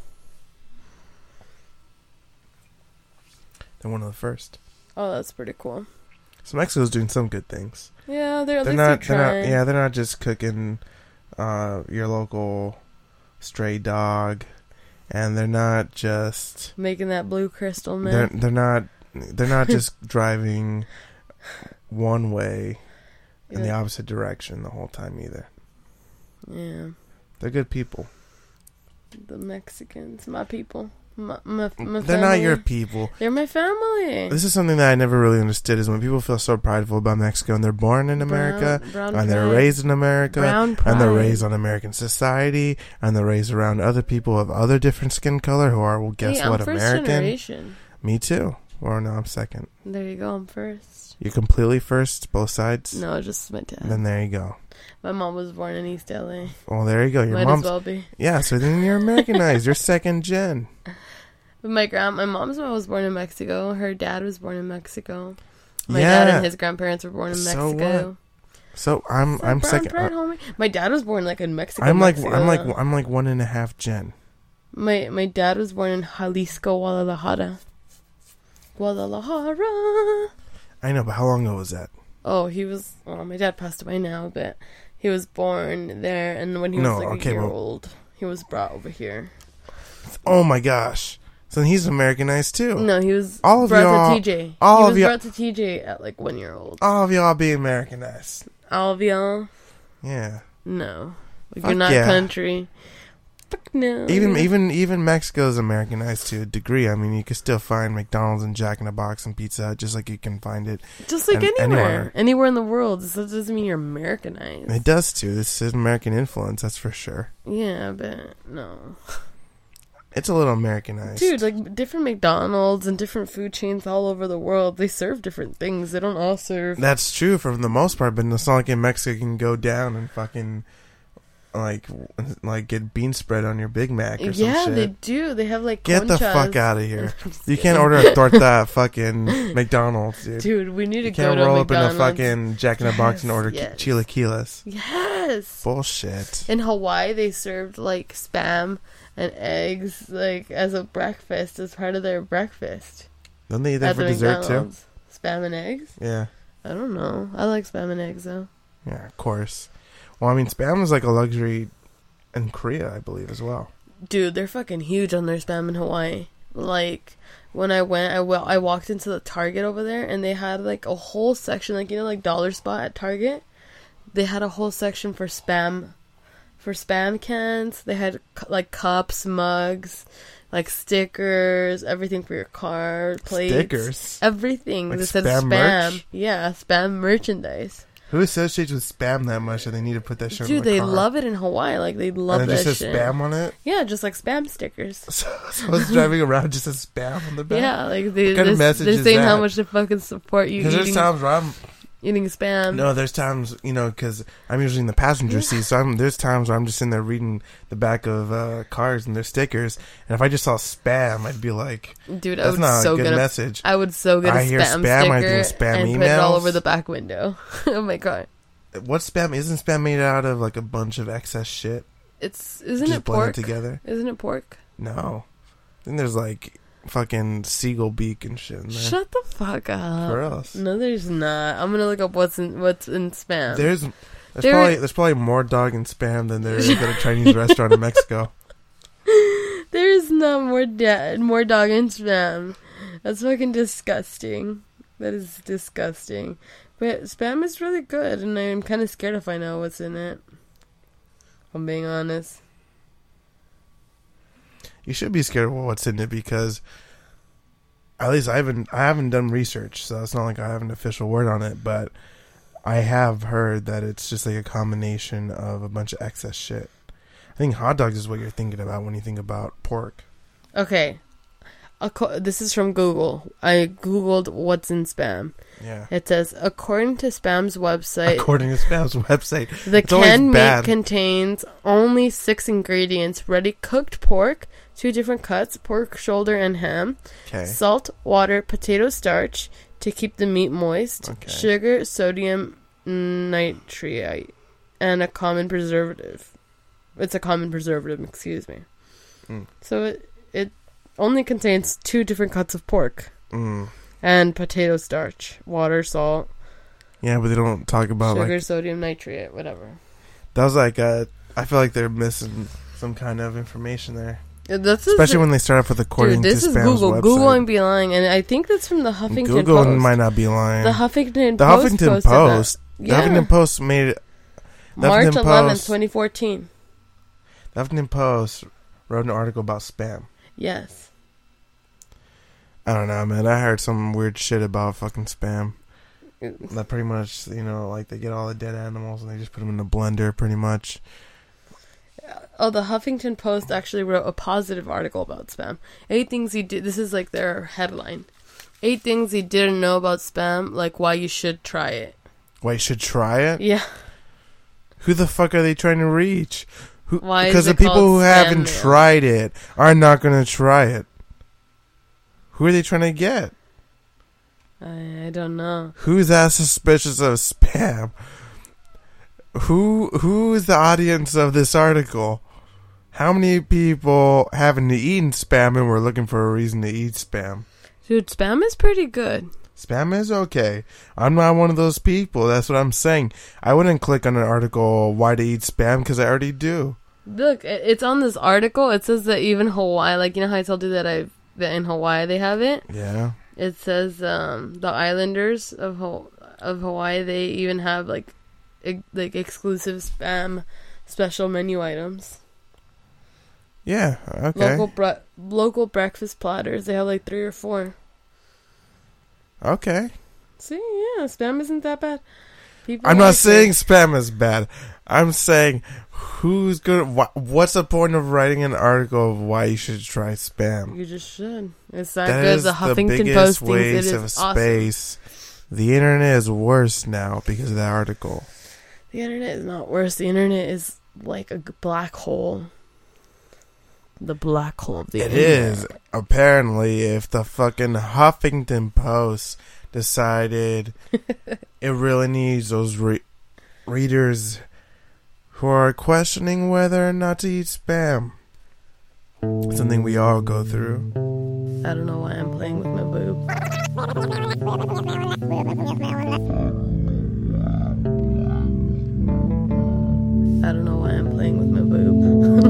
A: They're one of the first.
B: oh that's pretty cool.
A: So Mexico's doing some good things.
B: Yeah, they're at
A: they're not.
B: least they're
A: They're not.
B: trying.
A: Yeah, they're not just cooking uh, your local stray dog, and they're not just.
B: making that blue crystal
A: They're
B: man.
A: they're not. They're not just driving one way in the
B: Yeah.
A: opposite direction the whole time either.
B: yeah,
A: They're good people.
B: the Mexicans, my people, my my, my
A: they're not your
B: family.
A: people.
B: They're my family.
A: This is something that I never really understood is when people feel so prideful about Mexico and they're born in America
B: brown, brown
A: and they're
B: pride.
A: raised in America
B: brown pride.
A: and they're raised on American society and they're raised around other people of other different skin color who are well guess
B: hey, I'm
A: what
B: first
A: American
B: generation.
A: me too or no I'm second
B: There you go. I'm first.
A: you're completely first both sides
B: No, just my dad.
A: then there you go
B: my mom was born in East LA.
A: well there you go your
B: Might
A: mom's
B: as well be.
A: yeah so then you're Americanized you're second gen
B: But my grand, my mom's mom was born in Mexico. Her dad was born in Mexico. My
A: yeah
B: dad and his grandparents were born in
A: So
B: Mexico.
A: what? so I'm
B: So
A: I'm
B: brown
A: second uh,
B: pride, homie. My dad was born like in Mexico.
A: I'm like
B: Mexico.
A: I'm like I'm like one and a half gen
B: my my dad was born in Jalisco, Guadalajara. Guadalajara.
A: I know but how long ago was that
B: Oh, he was. Well, my dad passed away now, but he was born there, and when he
A: No,
B: was like
A: okay,
B: a year
A: well-
B: old, he was brought over here.
A: Oh my gosh. So then he's Americanized too.
B: No, he was
A: Oh. All of y'all-
B: brought to TJ.
A: all
B: he
A: of
B: was
A: y'all-
B: brought to TJ at like one year old.
A: All of y'all be Americanized.
B: All of y'all.
A: Yeah.
B: No, like,
A: Fuck
B: you're not
A: yeah.
B: country. Fuck no.
A: Even even even Mexico is Americanized to a degree. I mean, you can still find McDonald's and Jack in the Box and Pizza Hut just like you can find it.
B: Just like
A: An-
B: anywhere.
A: anywhere.
B: anywhere, in the world. So that doesn't mean you're Americanized.
A: It does too. This is American influence, that's for sure.
B: yeah, but no,
A: It's a little Americanized.
B: dude. Like different McDonald's and different food chains all over the world. They serve different things. They don't all serve.
A: That's true for the most part, but it's not like in Mexico you can go down and fucking like like get bean spread on your Big Mac or
B: yeah,
A: some shit.
B: they do. They have like
A: Get the
B: conchas.
A: fuck out of here. You can't order a torta at fucking McDonald's, dude.
B: Dude, we need to
A: You
B: go
A: can't
B: to
A: roll
B: McDonald's.
A: up in a fucking Jack in a Box and
B: Yes,
A: order
B: yes.
A: ki- chilaquiles.
B: yes.
A: Bullshit.
B: In Hawaii, they served like spam and eggs like as a breakfast as part of their breakfast.
A: Don't they eat that
B: at
A: for
B: the
A: dessert
B: McDonald's. Spam and eggs?
A: too? Yeah,
B: I don't know. I like spam and eggs though.
A: yeah, of course. Well, I mean, spam is like a luxury in Korea, I believe, as well.
B: Dude, they're fucking huge on their spam in Hawaii. Like when I went, I wa- I walked into the Target over there, and they had like a whole section, like you know, like Dollar Spot at Target. They had a whole section for spam, for spam cans. They had cu- like cups, mugs, like stickers, everything for your car, plates, Oh.
A: Stickers.
B: everything.
A: Like
B: they said
A: spam
B: spam,
A: merch?
B: yeah, spam merchandise.
A: Who associates with spam that much that they need to put that shit?
B: Dude,
A: on the
B: they
A: car?
B: love it in Hawaii. Like they love
A: And it
B: that
A: just says
B: shit.
A: spam on it.
B: Yeah, just like spam stickers.
A: So, so it's driving around just says spam on the back.
B: Yeah, like they,
A: What kind
B: they're,
A: of message
B: they're
A: is
B: saying how
A: that?
B: much they fucking support you
A: Because
B: eating,
A: there's times where I'm
B: eating spam.
A: no, there's times you know because I'm usually in the passenger seat, so I'm there's times where I'm just in there reading the back of uh, cars and their stickers, and if I just saw spam, I'd be like,
B: Dude, I
A: that's
B: would
A: not a
B: so
A: good
B: get a,
A: message.
B: I would so get a
A: I hear
B: spam,
A: spam, I
B: sticker
A: think spam
B: and put it all
A: emails.
B: over the back window. oh my god,
A: What spam isn't spam made out of like a bunch of excess shit?
B: it's isn't
A: just
B: it
A: blended
B: pork?
A: together.
B: Isn't it pork?
A: No, then there's like fucking seagull beak and shit in there.
B: Shut the fuck up.
A: For us.
B: No, there's not. I'm gonna look up what's in what's in spam.
A: There's there's
B: There-
A: probably there's probably more dog and spam than there is at a Chinese restaurant in Mexico.
B: there is not more dad, more dog in spam. That's fucking disgusting. That is disgusting. But spam is really good, and I'm kind of scared if I know what's in it. If I'm being honest.
A: You should be scared of what's in it because at least I haven't I haven't done research, so it's not like I have an official word on it, but I have heard that it's just like a combination of a bunch of excess shit. I think hot dogs is what you're thinking about when you think about pork.
B: Okay. Aco- this is from Google. I googled what's in spam.
A: Yeah.
B: It says according to spam's website,
A: According to Spam's website.
B: The
A: It's always
B: canned meat
A: bad.
B: contains only six ingredients ready cooked pork, two different cuts, pork shoulder and ham,
A: Okay.
B: salt, water, potato starch to keep the meat moist,
A: Okay.
B: sugar, sodium nitrite, and a common preservative. It's a common preservative, excuse me.
A: Mm.
B: So it, it only contains two different cuts of pork
A: Mm.
B: and potato starch, water, salt,
A: Yeah, but they don't talk about like
B: sugar, sodium nitrate, whatever.
A: That was like uh, I feel like they're missing some kind of information there,
B: This is
A: especially when they start off with according
B: Dude, this
A: to
B: is
A: Spam's
B: Google.
A: website.
B: Google and be lying, and I think that's from the Huffington
A: Google
B: Post.
A: might not be lying.
B: the Huffington
A: The
B: Post.
A: Huffington
B: posted that.
A: Post. The
B: Yeah.
A: Huffington Post made it. the
B: March
A: Huffington
B: 11,
A: Post.
B: 2014.
A: The Huffington Post wrote an article about spam.
B: Yes.
A: I don't know, man. I heard some weird shit about fucking spam. That pretty much, you know, like they get all the dead animals and they just put them in a blender, pretty much.
B: Oh, the Huffington Post actually wrote a positive article about spam. Eight things you did. This is like their headline. Eight things you didn't know about spam, like why you should try it.
A: Why you should try it?
B: Yeah.
A: Who the fuck are they trying to reach? Who,
B: Why is
A: because
B: it
A: the people
B: called
A: who
B: spam
A: haven't
B: mail?
A: tried it are not going to try it. Who are they trying to get?
B: I, I don't know.
A: Who's that suspicious of spam? Who who is the audience of this article? How many people haven't eaten spam and were looking for a reason to eat spam?
B: Dude, spam is pretty good.
A: Spam is okay. I'm not one of those people. That's what I'm saying. I wouldn't click on an article why to eat spam because I already do.
B: Look, it- it's on this article. It says that even Hawaii, like you know how I told you that I that in Hawaii they have it.
A: Yeah.
B: It says um, the islanders of Ho- of Hawaii they even have like ex- like exclusive spam special menu items.
A: Yeah. Okay.
B: Local bre- local breakfast platters. They have like three or four.
A: Okay.
B: See, yeah, spam isn't that bad. People
A: I'm
B: like
A: not
B: it.
A: saying spam is bad. I'm saying who's gonna. Wh- what's the point of writing an article of why you should try spam?
B: you just should. It's not
A: That
B: good.
A: is
B: The
A: the,
B: Huffington
A: biggest
B: Post thinks it
A: waste
B: is
A: of
B: awesome.
A: space. The internet is worse now because of that article.
B: The internet is not worse. The internet is like a g- black hole. The black hole of the
A: It
B: internet.
A: is apparently if the fucking Huffington Post decided it really needs those re- readers who are questioning whether or not to eat spam. Something we all go through.
B: I don't know why I'm playing with my boob. I don't know why I'm playing with my boob.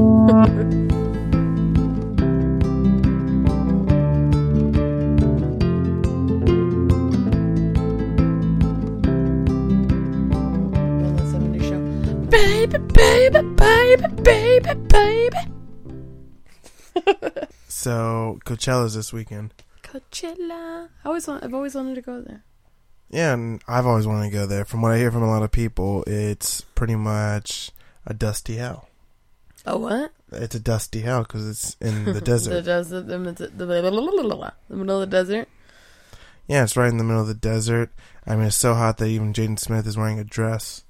B: Let's have a new show. Baby, baby, baby, baby, baby.
A: So Coachella's this weekend.
B: Coachella. I always want, I've always wanted to go there.
A: Yeah, and I've always wanted to go there. From what I hear from a lot of people, it's pretty much a dusty hell.
B: Oh, what?
A: It's a dusty hell because it's in the desert.
B: the desert. The, mid- the, the, the middle of the desert.
A: Yeah, it's right in the middle of the desert. I mean, it's so hot that even Jaden Smith is wearing a dress.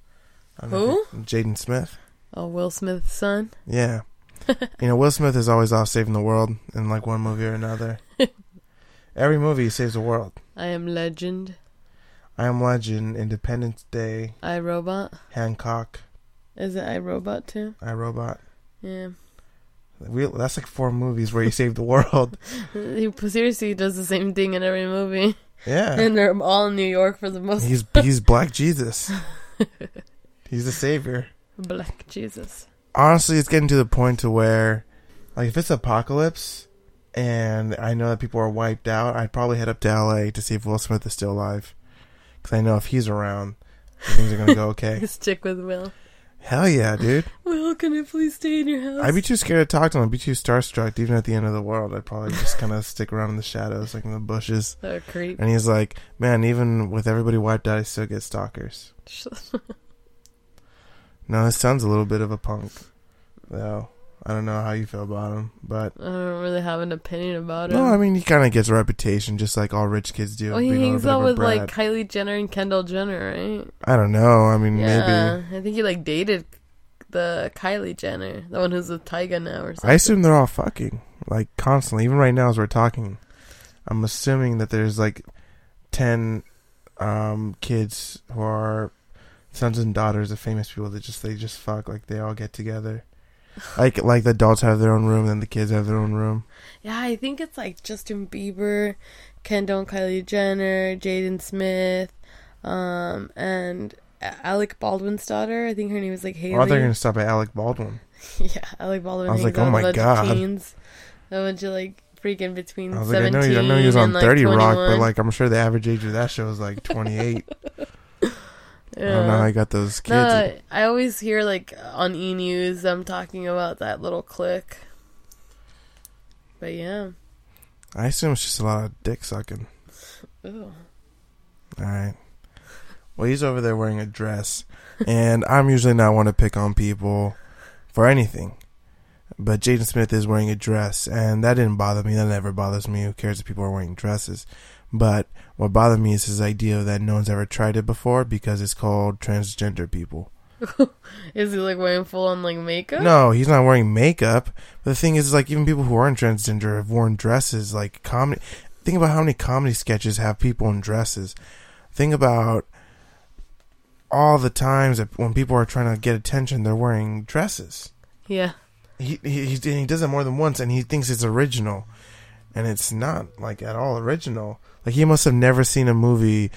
A: I don't know if you- Jaden Smith.
B: Oh, Will Smith's son.
A: Yeah. you know, Will Smith is always off saving the world in like one movie or another. Every movie he saves the world.
B: I am Legend.
A: I Am Legend, Independence Day,
B: I Robot.
A: Hancock,
B: Is it I Robot too?
A: I Robot.
B: Yeah.
A: We, that's like four movies where he saved the world.
B: He seriously does the same thing in every movie.
A: Yeah.
B: And they're all in New York for the most
A: He's he's Black Jesus. He's the savior.
B: Black Jesus.
A: honestly, it's getting to the point to where, like, if it's apocalypse, and I know that people are wiped out, I'd probably head up to LA to see if Will Smith is still alive, because I know if he's around, things are gonna go okay.
B: Stick with Will.
A: Hell yeah, dude!
B: Will, can I please stay in your house?
A: I'd be too scared to talk to him. I'd be too starstruck. Even at the end of the world, I'd probably just kind of stick around in the shadows, like in the bushes.
B: so creep.
A: And he's like, "Man, even with everybody wiped out, I still get stalkers." No, his son's a little bit of a punk, though. I don't know how you feel about him, but
B: I don't really have an opinion about him.
A: No, I mean he kind of gets a reputation, just like all rich kids do.
B: well,
A: of
B: he
A: being a
B: hangs
A: little
B: out
A: bit of
B: with
A: a
B: like
A: brat.
B: Kylie Jenner and Kendall Jenner, right?
A: I don't know. I mean,
B: Yeah,
A: maybe.
B: I think he like dated the Kylie Jenner, the one who's with Tyga now, or something.
A: I assume they're all fucking like constantly. Even right now, as we're talking, I'm assuming that there's like ten um, kids who are sons and daughters of famous people that just they just fuck like they all get together. Like like the adults have their own room, then the kids have their own room.
B: Yeah, I think it's like Justin Bieber, Kendall and Kylie Jenner, Jaden Smith, um, and A- Alec Baldwin's daughter. I think her name is like Haley.
A: Oh, I thought they were gonna stop at Alec Baldwin.
B: yeah, Alec Baldwin.
A: I was
B: hangs
A: like, oh
B: out
A: my
B: with a bunch of
A: God.
B: Teens. A bunch of like freaking between
A: I was like, I
B: seventeen
A: know, he, I know he was on
B: and like
A: 30
B: 21.
A: Rock, but like I'm sure the average age of that show is like 28. I don't know how I got those kids.
B: No, I always hear like on E News them talking about that little clique. But yeah,
A: I assume it's just a lot of dick sucking.
B: Ooh.
A: All right. Well, he's over there wearing a dress, and I'm usually not one to pick on people for anything. But Jaden Smith is wearing a dress, and that didn't bother me. That never bothers me. Who cares if people are wearing dresses? But what bothered me is his idea that no one's ever tried it before because it's called transgender people.
B: is he like wearing full on like makeup?
A: No, he's not wearing makeup. But the thing is, like, even people who aren't transgender have worn dresses. Like, comedy. Think about how many comedy sketches have people in dresses. Think about all the times that when people are trying to get attention, they're wearing dresses.
B: Yeah,
A: He he, he, he does it more than once, and he thinks it's original, and it's not like at all original. Like he must have never seen a movie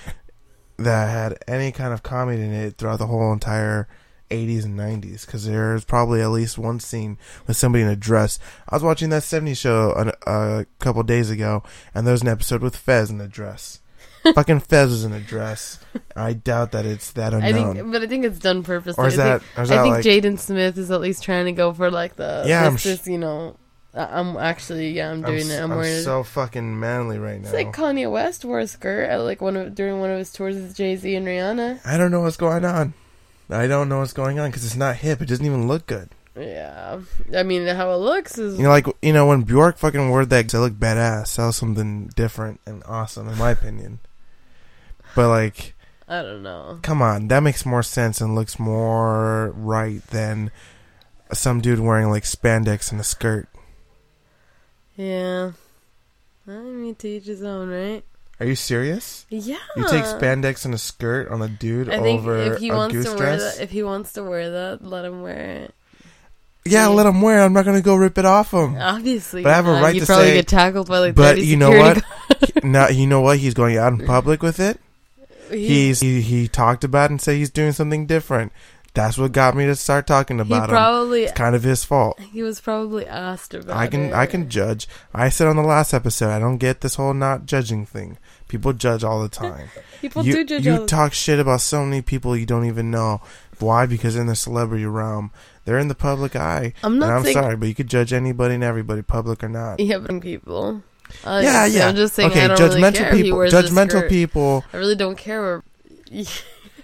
A: that had any kind of comedy in it throughout the whole entire 80s and 90s because there's probably at least one scene with somebody in a dress. I was watching that 70s show a, a couple days ago, and there was an episode with Fez in a dress. Fucking Fez was in a dress. I doubt that it's that
B: I
A: unknown.
B: think, but I think it's done purposely.
A: or is
B: I think-
A: that? Or is that
B: I think
A: like?
B: Jaden Smith is at least trying to go for like the
A: Yeah, I'm
B: this
A: sh-
B: is, you know I- I'm actually yeah I'm
A: I'm,
B: doing
A: s-
B: it I'm,
A: I'm
B: wearing it.
A: so fucking manly right now.
B: It's like Kanye West wore a skirt at like one of during one of his tours with Jay Z and Rihanna.
A: I don't know what's going on. I don't know what's going on because it's not hip. It doesn't even look good.
B: Yeah, I mean how it looks is
A: You know, like you know when Bjork fucking wore that, I look badass. That was something different and awesome, in my opinion. But like,
B: I don't know.
A: come on, that makes more sense and looks more right than some dude wearing like spandex and a skirt.
B: Yeah, I mean to each his own, right?
A: Are you serious?
B: Yeah,
A: You take spandex and a skirt on a dude
B: I think
A: over
B: if he
A: a
B: wants
A: goose
B: to wear
A: dress?
B: that, if he wants to wear that, let him wear it.
A: yeah, let him wear. it. I'm not gonna go rip it off him.
B: Obviously,
A: Mm. But I have a
B: not.
A: right
B: You'd
A: to
B: probably
A: say-
B: get tackled by like
A: but
B: 30
A: you know
B: security
A: what? now you know what? He's going out in public with it.
B: guards. He-
A: he's he, he talked about and said he's doing something different. That's what got me to start talking
B: he
A: about him.
B: probably
A: It's kind of his fault.
B: he was probably asked about.
A: I can
B: it.
A: I can judge. I said on the last episode I don't get this whole not judging thing. People judge all the time.
B: People
A: you
B: do judge.
A: you
B: all the-
A: talk shit about so many people you don't even know. Why? Because in the celebrity realm, they're in the public eye.
B: I'm not
A: and I'm
B: saying
A: sorry, but you could judge anybody and everybody, public or not.
B: yeah, but people. Uh,
A: yeah,
B: so
A: yeah.
B: I'm just saying,
A: okay,
B: I don't really
A: judgmental
B: care if he
A: people.
B: wears a
A: Judgmental
B: skirt.
A: people.
B: I really don't care. Where,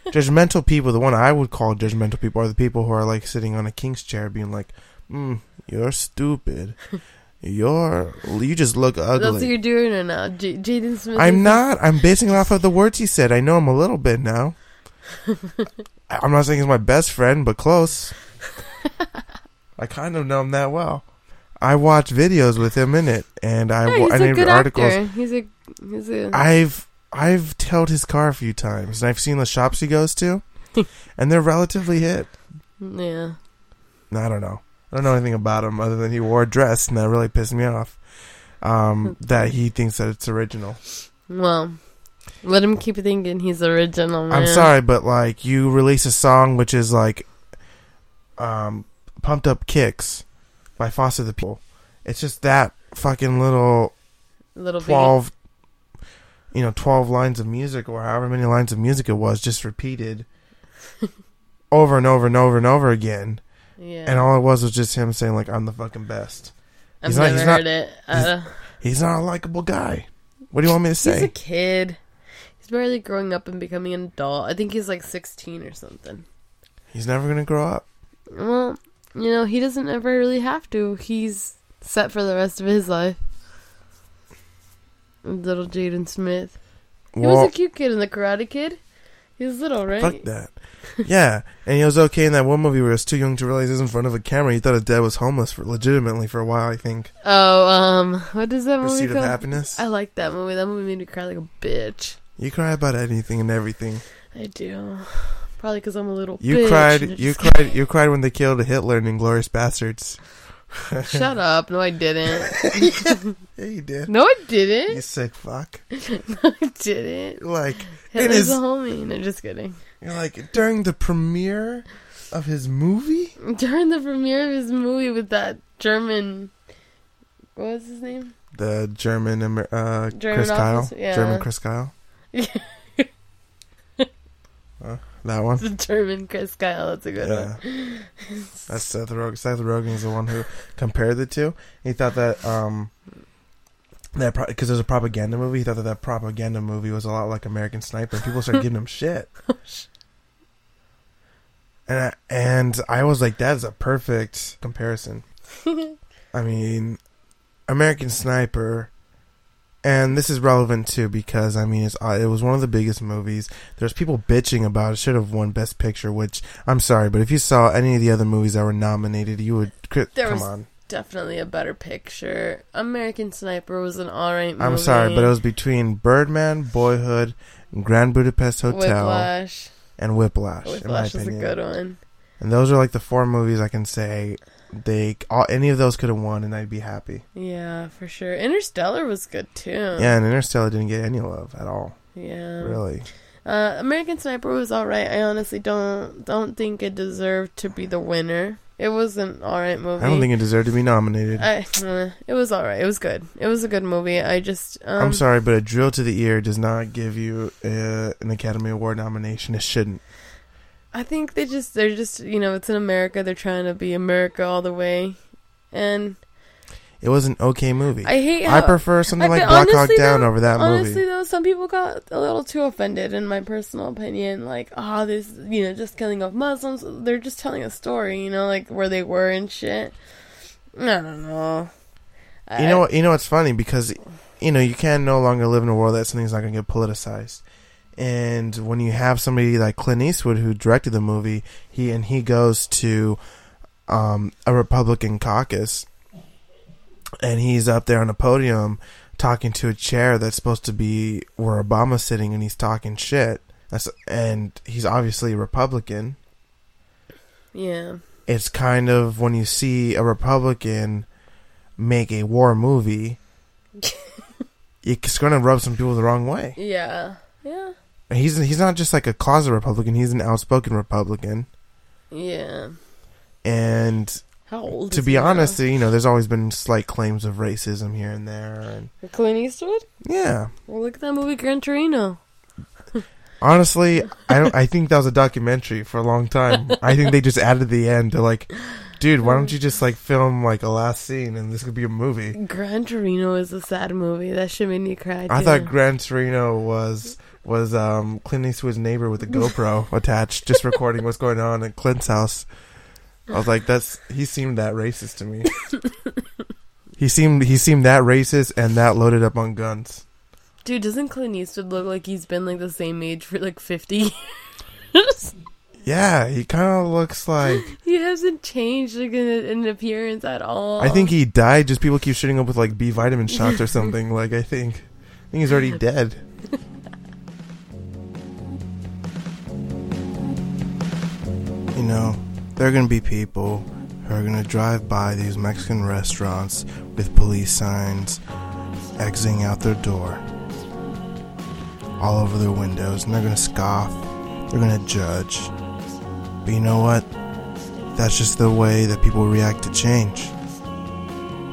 A: judgmental people. The one I would call judgmental people are the people who are like sitting on a king's chair, being like, mm, "You're stupid. You're you just look
B: that's what
A: ugly."
B: you're doing right now. J- Jaden Smith. is-
A: I'm not. I'm basing it off of the words he said. I know him a little bit now. I- I'm not saying he's my best friend, but close. I kind of know him that well. I watch videos with him in it, and I
B: Yeah,
A: wa-
B: he's
A: I
B: a
A: named
B: good
A: articles.
B: actor. He's a he's a.
A: I've I've tailed his car a few times, and I've seen the shops he goes to, and they're relatively hit.
B: yeah.
A: No, I don't know. I don't know anything about him other than he wore a dress, and that really pissed me off.
B: Hmm.
A: Um, that he thinks that it's original.
B: Well, let him keep thinking he's original. Man.
A: I'm sorry, but like you release a song which is like, um, "Pumped Up Kicks" by Foster the People. It's just that fucking little
B: Little baby.
A: twelve, you know, twelve lines of music or however many lines of music it was, just repeated over and over and over and over again.
B: Yeah.
A: And all it was was just him saying like, "I'm the fucking best."
B: I've
A: he's not-
B: never
A: he's not-
B: heard it. Uh,
A: He's not a likable guy. What do you want me to
B: he's a
A: say?
B: kid. He's barely growing up and becoming an adult. I think he's like 16 or something.
A: He's never gonna grow up.
B: Well, you know, he doesn't ever really have to. He's set for the rest of his life. Little Jaden Smith. He
A: Well,
B: was a cute kid in The Karate Kid. He was little, right?
A: fuck that. yeah, and he was okay in that one movie where he was too young to realize he was in front of a camera. He thought his dad was homeless for legitimately for a while. I think.
B: Oh, um, what is that movie
A: Pursuit of
B: called?
A: Happiness.
B: I like that movie. That movie made me cry like a bitch.
A: You cry about anything and everything.
B: I do. Probably because I'm a little
A: You
B: bitch. and
A: cried.
B: it
A: You
B: just-
A: cried. You cried when they killed Hitler in Inglorious Bastards.
B: Shut up. No, I didn't.
A: Yeah, you did.
B: No, I
A: You
B: didn't.
A: sick fuck.
B: I didn't.
A: Like
B: Hitler's
A: is-
B: a homie. No, just kidding.
A: you're like during the premiere of his movie.
B: During the premiere of his movie with that German. What was his name?
A: The German, Amer- uh,
B: German
A: Chris Kyle.
B: officer, yeah.
A: German Chris Kyle. Uh, that one.
B: The German Chris Kyle. That's a good
A: Yeah. That's Seth Rogen. Seth Rogen is the one who compared the two. He thought that um that because there's a propaganda movie, he thought that that propaganda movie was a lot like American Sniper. People started giving him shit.
B: one.
A: And I, and I was like that's a perfect comparison. I mean, American Sniper and this is relevant too because I mean it's uh, it was one of the biggest movies. There's people bitching about it. Should have won Best Picture, which I'm sorry, but if you saw any of the other movies that were nominated, you would cri-
B: There
A: come
B: was
A: on.
B: Definitely a better picture. American Sniper was an alright movie.
A: I'm sorry, but it was between Birdman, Boyhood, Grand Budapest Hotel,
B: Whiplash.
A: and Whiplash, in my
B: Whiplash is a
A: opinion.
B: good one.
A: And those are like the four movies I can say they all, any of those could have won, and I'd be happy.
B: Yeah, for sure. Interstellar was good too.
A: Yeah, and Interstellar didn't get any love at all,
B: Yeah.
A: really.
B: Uh, American Sniper was all right. I honestly don't don't think it deserved to be the winner. It was an all right movie.
A: I don't think it deserved to be nominated. I,
B: I, uh, it was all right. It was good. It was a good movie. I just um,
A: am sorry, but a drill to the ear does not give you uh, an Academy Award nomination. It shouldn't.
B: I think they just they're just you know it's in America. They're trying to be America all the way, and
A: It was an okay movie. I,
B: I hate. How,
A: prefer something
B: I-
A: like
B: but
A: Black Hawk
B: honestly,
A: Down
B: though-
A: over that
B: honestly
A: movie.
B: though, some people got a little too offended, in my personal opinion. Like, oh, this you know just killing off Muslims. They're just telling a story, you know, like where they were and shit. I don't know.
A: You know, what- you know what's funny because, you know, you can no longer live in a world that something's not going to get politicized. And when you have somebody like Clint Eastwood who directed the movie, he and he goes to um, a Republican caucus, and he's up there on a podium talking to a chair that's supposed to be where Obama's sitting, and he's talking shit. That's, and he's obviously a Republican
B: Yeah.
A: it's kind of when you see a Republican make a war movie, it's going to rub some people the wrong way.
B: Yeah. Yeah.
A: And He's he's not just like a closet Republican; he's an outspoken Republican.
B: Yeah.
A: And
B: How old?
A: to
B: is
A: be
B: he now?
A: honest, you know, there's always been slight claims of racism here and there, and
B: Clint Eastwood.
A: yeah.
B: Well, look at that movie Gran Torino.
A: Honestly, I don't. I think that was a documentary for a long time. I think they just added the end to like dude, why don't you just like film like a last scene and this could be a movie?
B: Gran Torino is a sad movie. That should make me cry.
A: I
B: too.
A: thought Gran Torino was was um Clint Eastwood's neighbor with a GoPro attached, just recording what's going on at Clint's house. I was like, that's he seemed that racist to me. he seemed he seemed that racist and that loaded up on guns.
B: Dude, doesn't Clint Eastwood look like he's been like the same age for like 50 years?
A: Yeah, he kind of looks like.
B: he hasn't changed like in, in appearance at all.
A: I think he died. Just people keep shooting up with like B vitamin shots or something. Like I think, I think he's already dead. you know, there are gonna be people who are gonna drive by these Mexican restaurants with police signs exiting out their door, all over their windows, and they're gonna scoff. They're gonna judge. But you know what? That's just the way that people react to change.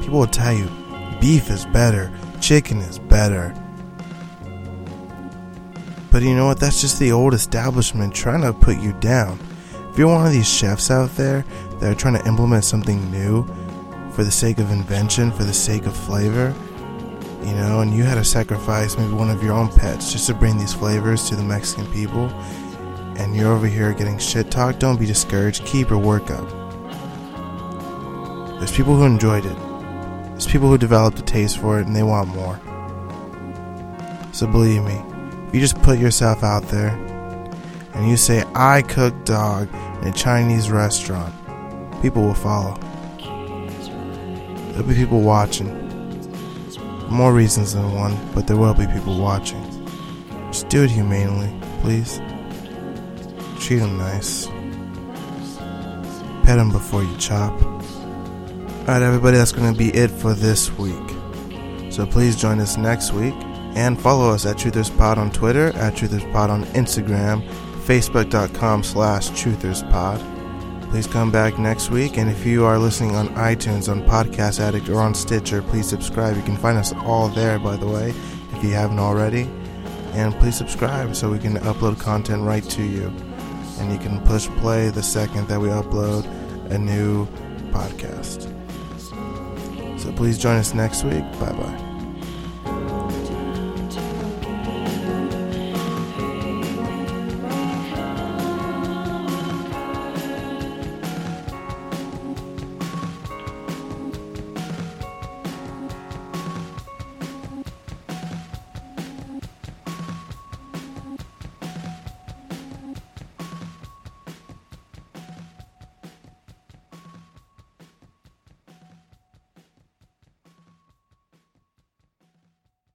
A: People will tell you beef is better, chicken is better. But you know what? That's just the old establishment trying to put you down. If you're one of these chefs out there that are trying to implement something new for the sake of invention, for the sake of flavor, you know, and you had to sacrifice maybe one of your own pets just to bring these flavors to the Mexican people, and you're over here getting shit talked, don't be discouraged. Keep your work up. There's people who enjoyed it. There's people who developed a taste for it and they want more. So believe me, if you just put yourself out there and you say, I cook dog in a Chinese restaurant, people will follow. There'll be people watching. More reasons than one, but there will be people watching. Just do it humanely, please. Treat them nice. Pet them before you chop. Alright, everybody, that's going to be it for this week. So please join us next week and follow us at TrutherSpot on Twitter, at TrutherSpot on Instagram, Facebook.com slash TrutherSpot. Please come back next week, and if you are listening on iTunes, on Podcast Addict, or on Stitcher, please subscribe. You can find us all there, by the way, if you haven't already. And please subscribe so we can upload content right to you. And you can push play the second that we upload a new podcast. So please join us next week. Bye bye.